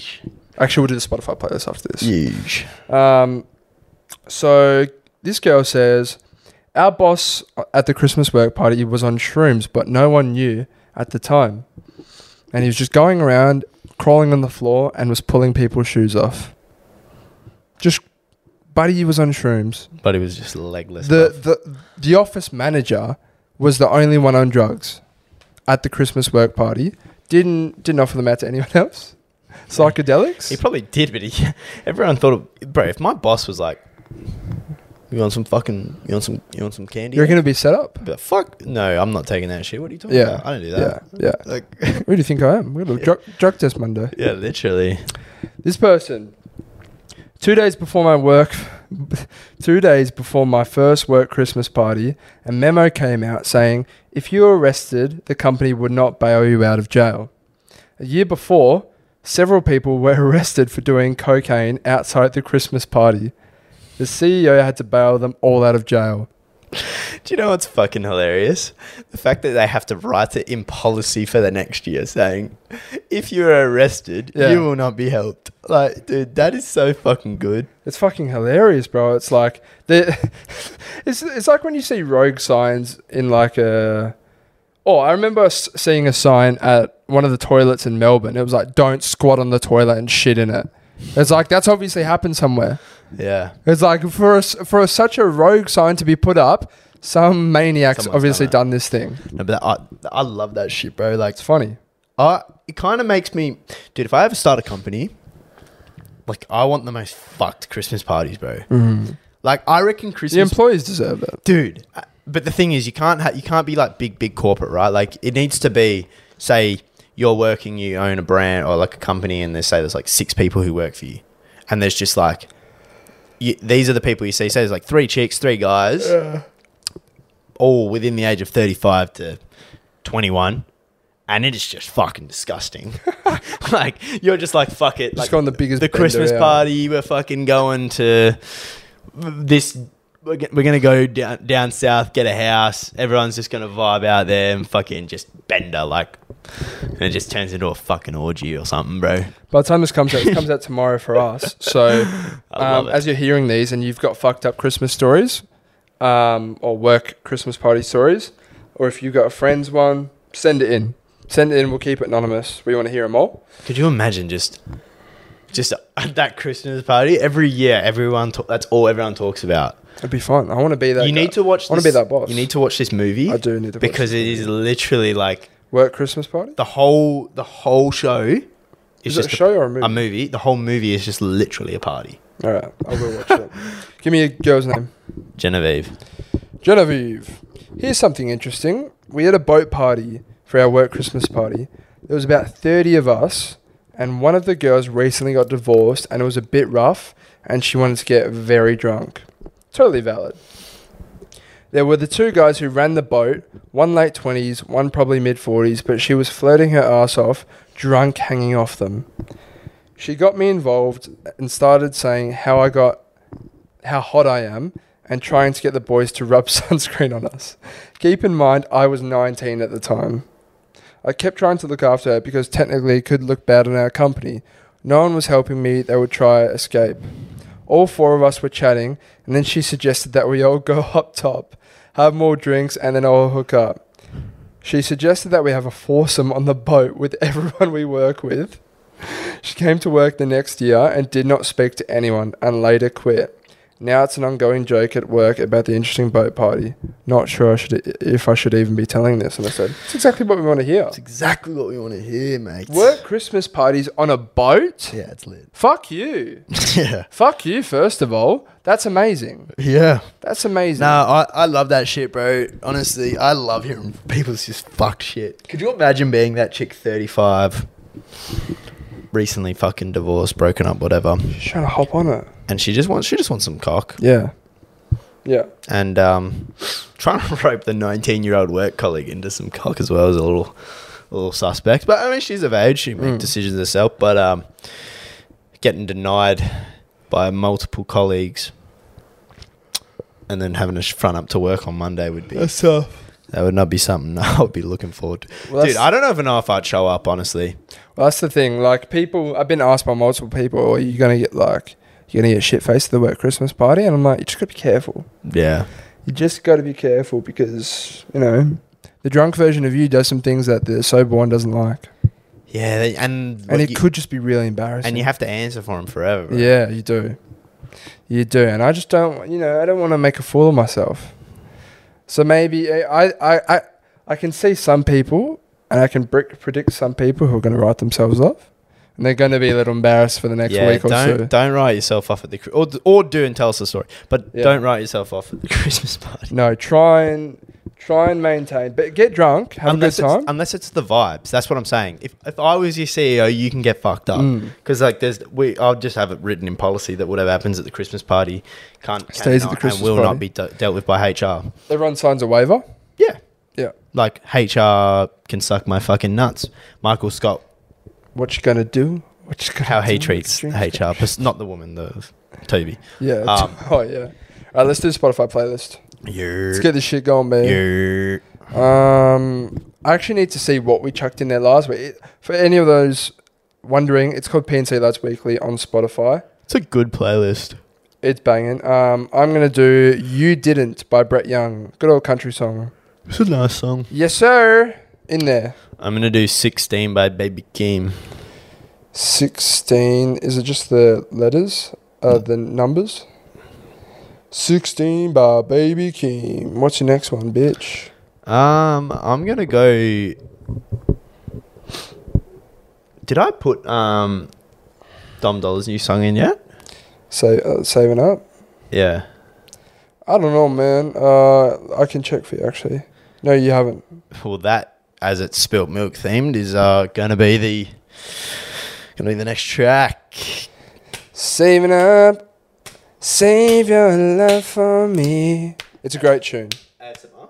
actually, we'll do the Spotify playlist after this.
Huge.
Um, so this girl says, Our boss at the Christmas work party was on shrooms, but no one knew at the time. And he was just going around, crawling on the floor, and was pulling people's shoes off. Just, buddy, he was on shrooms.
But it was just legless.
The,
bruv.
the, the office manager was the only one on drugs at the Christmas work party. Didn't, didn't offer them out to anyone else. Psychedelics?
He probably did, but he, everyone thought, of, bro. If my boss was like, "You want some fucking, you want some, you want some candy?"
you reckon it'd be set up?
I'd be like, fuck, no, I'm not taking that shit. What are you talking
Yeah.
about? I don't do
Yeah,
that.
yeah.
Like,
Who do you think I am? We're going to
Yeah.
drug, drug test Monday.
yeah, literally.
This person, two days before my work, two days before my first work Christmas party, a memo came out saying if you were arrested, the company would not bail you out of jail. A year before, several people were arrested for doing cocaine outside the Christmas party. The CEO had to bail them all out of jail.
Do you know what's fucking hilarious? The fact that they have to write it in policy for the next year, saying, "If you are arrested,
Yeah.
you will not be helped." Like, dude, that is so fucking good.
It's fucking hilarious, bro. It's like the it's it's like when you see rogue signs in like a Oh, I remember s- seeing a sign at one of the toilets in Melbourne. It was like don't squat on the toilet and shit in it. It's like that's obviously happened somewhere.
Yeah.
It's like for a, s- for a, such a rogue sign to be put up, some maniacs
Someone's
obviously
done it.
done, this thing.
No, but that, I, I love that shit, bro. Like,
It's funny.
I it kind of makes me, dude. If I ever start a company, like I want the most fucked Christmas parties, bro. Like I reckon
Mm-hmm. The
Christmas,
employees deserve it.
dude. uh, But the thing is, you can't ha- you can't be like big big corporate, right? Like it needs to be say you're working, you own a brand or like a company, and they say there's like six people who work for you, and there's just like. You, these are the people you see. So there's like three chicks, three guys, all within the age of 35 to 21. And it is just fucking disgusting. like, you're just like, fuck it.
Just
like,
go on the biggest
The
bender
Christmas
out.
party, we're fucking going to this. We're go- we're going to go down, down south, get a house. Everyone's just going to vibe out there and fucking just bender. Like, and it just turns into a fucking orgy or something, bro.
By the time this comes out, it comes out tomorrow for us. So,
love
um,
it.
as you're hearing these and you've got fucked up Christmas stories, um, or work Christmas party stories, or if you've got a friend's one, send it in. Send it in. We'll keep it anonymous. We want to hear them all.
Could you imagine just. Just at that Christmas party every year, everyone ta- that's all everyone talks about.
It'd be fun. I want to be that.
you
guy.
need to watch.
I wanna
this-
be that boss.
You need to watch this movie
I do need to watch
because
this
it is literally like
Work Christmas party?
The whole the whole show is,
Is
just
it a show or a movie?
a movie. The whole movie is just literally a party.
All right, I will watch it. Give me a girl's name.
Genevieve.
Genevieve. Here's something interesting. We had a boat party for our work Christmas party. There was about 30 of us, and one of the girls recently got divorced, and it was a bit rough, and she wanted to get very drunk. Totally valid. There were the two guys who ran the boat, one late 20s, one probably mid 40s, but she was flirting her ass off, drunk hanging off them. She got me involved and started saying how I got how hot I am and trying to get the boys to rub sunscreen on us. Keep in mind, I was 19 at the time. I kept trying to look after her because technically it could look bad on our company. No one was helping me, they would try escape. All four of us were chatting, and then she suggested that we all go up top, have more drinks, and then all hook up. She suggested that we have a foursome on the boat with everyone we work with. She came to work the next year and did not speak to anyone and later quit. Now it's an ongoing joke at work about the interesting boat party. Not sure I should e-, if I should even be telling this. And I said, it's exactly what we want to hear.
exactly what we want to hear, mate.
Work Christmas parties on a boat?
Yeah, it's lit.
Fuck you.
yeah.
Fuck you, first of all. That's amazing.
Yeah.
That's amazing.
No, I, I love that shit, bro. Honestly, I love hearing people's just fuck shit. Could you imagine being that chick 35, recently fucking divorced, broken up, whatever,
She's trying to hop on it.
and she just wants she just wants some cock
Yeah. Yeah.
and um, trying to rope the 19 year old work colleague into some cock as well is a little a little suspect. But I mean, she's of age; she can make
Mm.
decisions herself. But um, getting denied by multiple colleagues. And then having a sh- front up to work on Monday would be
tough.
That would not be something I would be looking forward to.
Well, that's,
Dude, I don't even know if I'd show up, honestly.
well, that's the thing. Like, people, I've been asked by multiple people, are you going to get like, you're going to get shit faced at the work Christmas party? And I'm like, you just got to be careful.
Yeah.
you just got to be careful because you know the drunk version of you does some things that the sober one doesn't like,
Yeah, they- and
and
like,
it
you,
could just be really embarrassing.
and you have to answer for him forever. bro.
yeah, you do, you do, and I just don't, you know, I don't want to make a fool of myself. So maybe eh, I, I, I, I can see some people, and I can brick predict some people who are going to write themselves off, and they're going to be a little embarrassed for the next
yeah,
week or
don't
so.
don't write yourself off at the cri- or or do and tell us the story, but
Yeah.
don't write yourself off at the Christmas party.
No, try and try and maintain, but get drunk, have
unless
a good time.
It's, unless it's the vibes, that's what I'm saying. If if I was your CEO, you can get fucked up
Mm.
because like there's we I'll just have it written in policy that whatever happens at the Christmas party can't
Stays at the
cannot
Christmas
and will
party.
not be de- dealt with by HR.
Everyone signs a waiver.
Yeah.
Yeah.
Like HR can suck my fucking nuts. Michael Scott,
what you gonna do? What you gonna
how he
do?
treats
Drink-
HR, pers- not the woman, the Toby.
Yeah.
Um,
oh yeah. All right, let's do Spotify playlist. Let's
Yeah.
get this shit going, man.
Yeah.
Um, I actually need to see what we chucked in there last week. It- For any of those wondering, it's called PNC Lads Weekly on Spotify.
It's a good playlist.
It's banging. Um, I'm gonna do "You Didn't" by Brett Young. Good old country song.
It's a nice song.
Yes, sir. In there.
I'm going to do 16 by Baby Keem.
Sixteen. Is it just the letters? Uh, the numbers. Sixteen by Baby Keem. What's your next one, bitch?
Um, I'm going to go. Did I put um, Dom Dollar's new song in yet?
Say, uh, saving up.
Yeah.
I don't know, man. Uh, I can check for you actually. No, you haven't.
Well, that, as it's spilt milk themed, is uh, going to be the. Gonna be the next track.
Saving up, save your love for me. It's a great tune.
ASMR.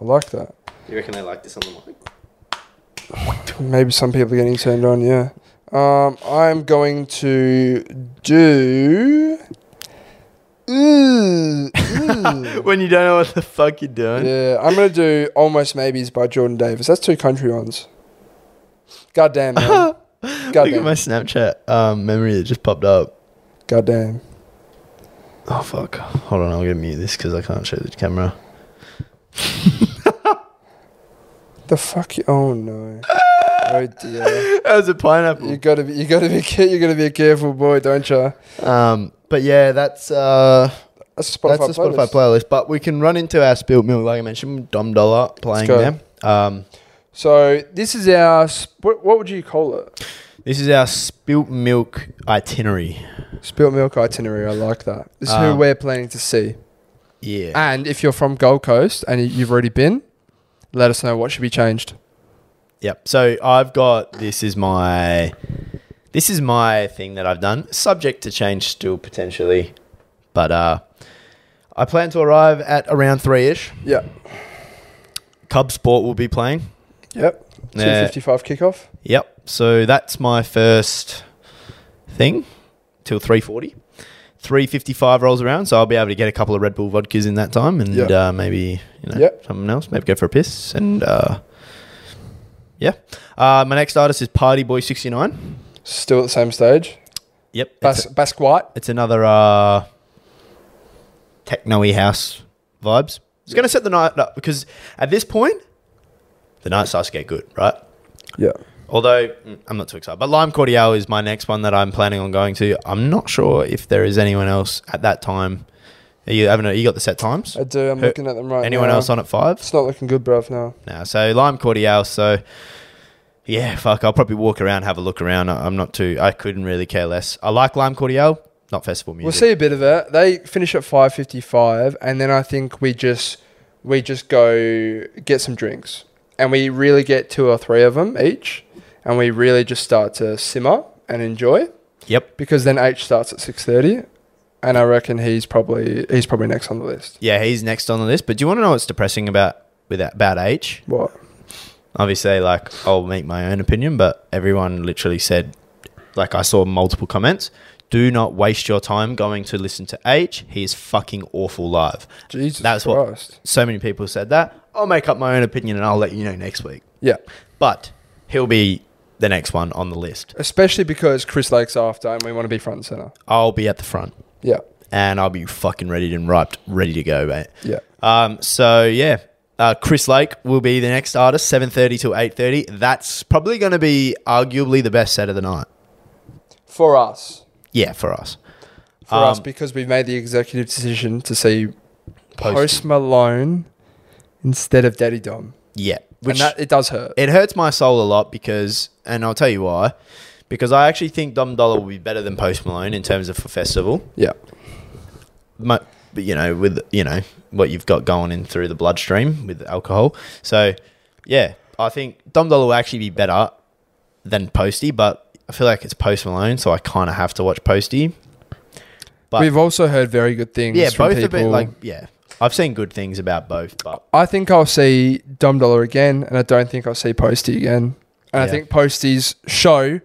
I like that.
You reckon they like this on the mic?
Maybe some people are getting turned on. Yeah. Um, I'm going to do. Ooh, ooh.
when you don't know what the fuck you're doing.
yeah, I'm gonna do almost maybes by Jordan Davis. That's two country ones. God damn, man. God
Look at
damn.
my Snapchat um, memory that just popped up.
God damn.
Oh fuck! Hold on, I'm gonna mute this because I can't show the camera.
The fuck? You, oh no. Oh dear.
that was a
You
pineapple.
gotta be, you gotta be, ca- you gotta be a careful boy, don't you?
Um, but yeah, that's uh,
That's a Spotify.
that's a Spotify playlist. But we can run into our spilt milk, like I mentioned, Dom Dollar playing
go.
there. Um,
So this is our s- what, what would you call it?
This is our spilt milk itinerary.
Spilt milk itinerary. I like that. This is who
Um,
we're planning to see.
Yeah.
And if you're from Gold Coast and you've already been, let us know what should be changed.
Yep. So I've got this is my this is my thing that I've done. Subject to change still potentially. But uh I plan to arrive at around three ish.
Yeah.
Cub Sport will be playing.
Yep. Two
Yeah.
fifty-five kickoff.
Yep. So that's my first thing till 340. 355 rolls around, so I'll be able to get a couple of Red Bull vodkas in that time and
Yeah.
uh, maybe you know,
Yeah.
something else. Maybe go for a piss. And uh, yeah. Uh, my next artist is Party Boy 69.
Still at the same stage.
Yep. It's,
Bas- Basque White.
it's another uh, techno y house vibes. It's going to set the night up because at this point, the night starts to get good, right?
Yeah.
Although mm, I'm not too excited, but Lime Cordial is my next one that I'm planning on going to. I'm not sure if there is anyone else at that time. Are you having a, you got the set times?
I do. I'm
Who-
looking at them right
anyone
now.
else on at five?
It's not looking good, bruv. Now.
No. So Lime Cordial. So yeah, fuck. I'll probably walk around, have a look around. I- I'm not too. I couldn't really care less. I like Lime Cordial, not festival music.
We'll see a bit of it. They finish at five fifty-five, and then I think we just we just go get some drinks, and we really get two or three of them each, and we really just start to simmer and enjoy.
Yep.
because then H starts at six thirty, and I reckon he's probably he's probably next on the list.
Yeah, he's next on the list. But do you want to know what's depressing about with that, about H?
What?
obviously like I'll make my own opinion, but everyone literally said like I saw multiple comments. Do not waste your time going to listen to H. He is fucking awful live.
Jesus
That's what-
Christ!
So many people said that. I'll make up my own opinion and I'll let you know next week.
Yeah,
But he'll be the next one on the list.
especially because Chris Lake's after, and we want to be front and center.
I'll be at the front
Yeah,
and I'll be fucking ready and ripe, ready to go, mate.
yeah.
Um, so yeah, uh, Chris Lake will be the next artist, seven thirty till eight thirty. That's probably going to be arguably the best set of the night.
For us,
Yeah, for us.
for
Um,
us, because we've made the executive decision to see
Post-
Post Malone instead of Daddy Dom,
Yeah, which
and that it does hurt.
it hurts my soul a lot because, and I'll tell you why, because I actually think Dom Dollar will be better than Post Malone in terms of for festival.
yeah,
Mu- But you know, with you know what you've got going in through the bloodstream with alcohol, so yeah, I think Dom Dollar will actually be better than Posty, but I feel like it's Post Malone, so I kind of have to watch Posty. But-
we've also heard very good things.
Yeah,
from
both a
people.
bit like yeah, I've seen good things about both, but
I think I'll see Dom Dollar again, and I don't think I'll see Posty again. And I
Yeah.
think Posty's show,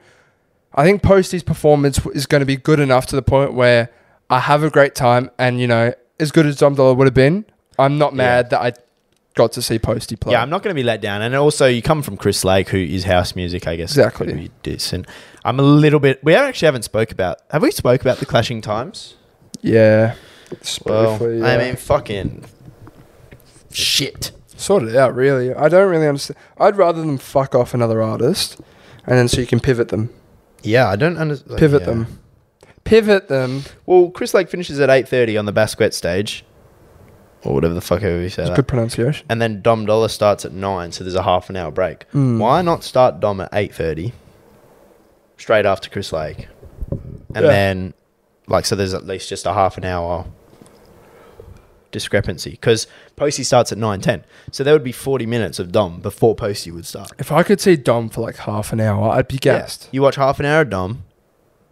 I think Posty's performance w- is going to be good enough to the point where I have a great time, and you know, as good as Dom Dollar would have been, I'm not mad that I got to see Posty play.
Yeah, I'm not going to be let down. And also, you come from Chris Lake, who is house music, I guess.
Exactly.
could be decent. I'm a little bit. We actually haven't spoke about. Have we spoke about the clashing times?
yeah. It's
Well,
briefly,
I
yeah.
mean, fucking shit.
sort it out. Really, I don't really understand. I'd rather them fuck off another artist, and then so you can pivot them,
Yeah, I don't understand.
pivot them, pivot them.
Well, Chris Lake finishes at 8:30 on the Basquet stage, or whatever the fuck ever you say
It's
that.
good pronunciation.
And then Dom Dollar starts at nine, so there's a half an hour break.
Mm.
Why not start Dom at eight thirty, straight after Chris Lake, and
Yeah.
then like so there's at least just a half an hour discrepancy because Posty starts at nine ten, so there would be forty minutes of Dom before Posty would start.
If I could see Dom for like half an hour, I'd be
Yeah.
gassed.
You watch half an hour of Dom,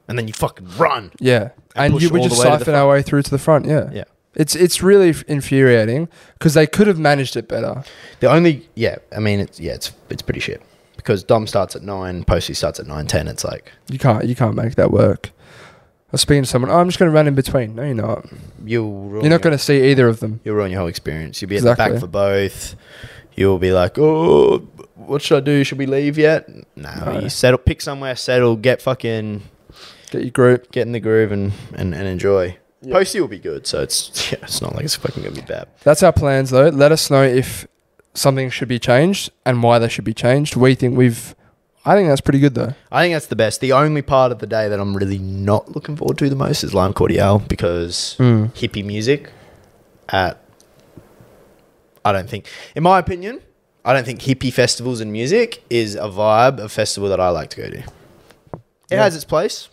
and then you fucking run.
Yeah,
And
and,
push
you would
all the
just
way to the
siphon our way through to the front. Yeah,
Yeah.
It's it's really f- infuriating because they could have managed it better.
The only yeah, I mean it's yeah it's it's pretty shit because Dom starts at nine, Posty starts at nine ten. It's like
You can't you can't make that work. I was speaking to someone. "Oh, I'm just going to run in between. No, you're not.
you
You're not going to see either of them.
you'll ruin your whole experience. You'll be at the
Exactly.
back for both. You'll be like, oh, what should I do? Should we leave yet? No,
No.
you settle, pick somewhere, settle, get fucking,
Get your group.
get in the groove and and, and enjoy.
Yeah.
Posty will be good, so it's yeah, it's not like it's fucking gonna be bad.
That's our plans, though. Let us know if something should be changed and why they should be changed. We think we've. I think that's pretty good though.
I think that's the best. The only part of the day that I'm really not looking forward to the most is lime cordial because
Hmm.
hippie music at I don't think, in my opinion, I don't think hippie festivals and music is a vibe of festival that I like to go to. It
Yeah.
has its place.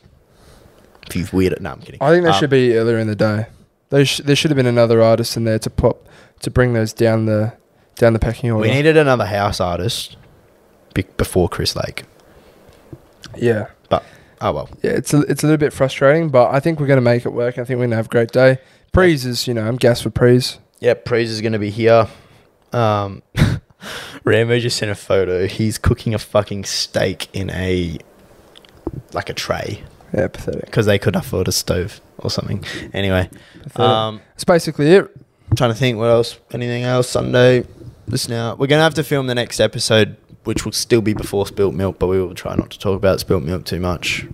If you've weird, no, I'm kidding.
I think they
Um,
should be earlier in the day. They sh- there should have been another artist in there to pop to bring those down the down the pecking order.
We needed another house artist be- before Chris Lake.
yeah,
Oh well,
yeah. It's a, it's a little bit frustrating, but I think we're gonna make it work. I think we're gonna have a great day. Prees is you know I'm gas for prees.
yeah. Praise is going to be here. Um, Rambo just sent a photo. He's cooking a fucking steak in a like a tray
Yeah, pathetic.
because they couldn't afford a stove or something. Anyway,
pathetic.
um,
That's basically it.
trying to think what else anything else sunday listen out we're gonna have to film the next episode which will still be before spilt milk but we will try not to talk about spilt milk too much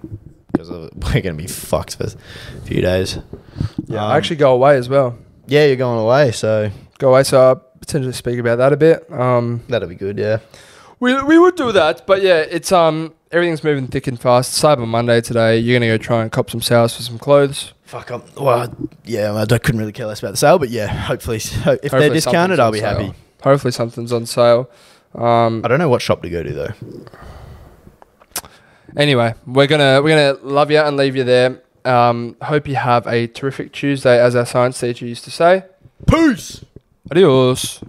because we're gonna be fucked for a few days
Yeah,
Um,
I actually go away as well.
yeah you're going away so
Go away, so I'll potentially speak about that a bit. Um,
that'll be good yeah
we we would do that, but yeah, it's um everything's moving thick and fast. Cyber Monday today. You're gonna go try and cop some sales for some clothes.
fuck up well yeah i don't- couldn't really care less about the sale but yeah hopefully so if
Hopefully
they're discounted
something's
i'll
on
be
sale.
happy
Hopefully something's on sale. Um,
i don't know what shop to go to though
anyway, we're gonna we're gonna love you and leave you there. Um, hope you have a terrific Tuesday, as our science teacher used to say.
peace
Adios.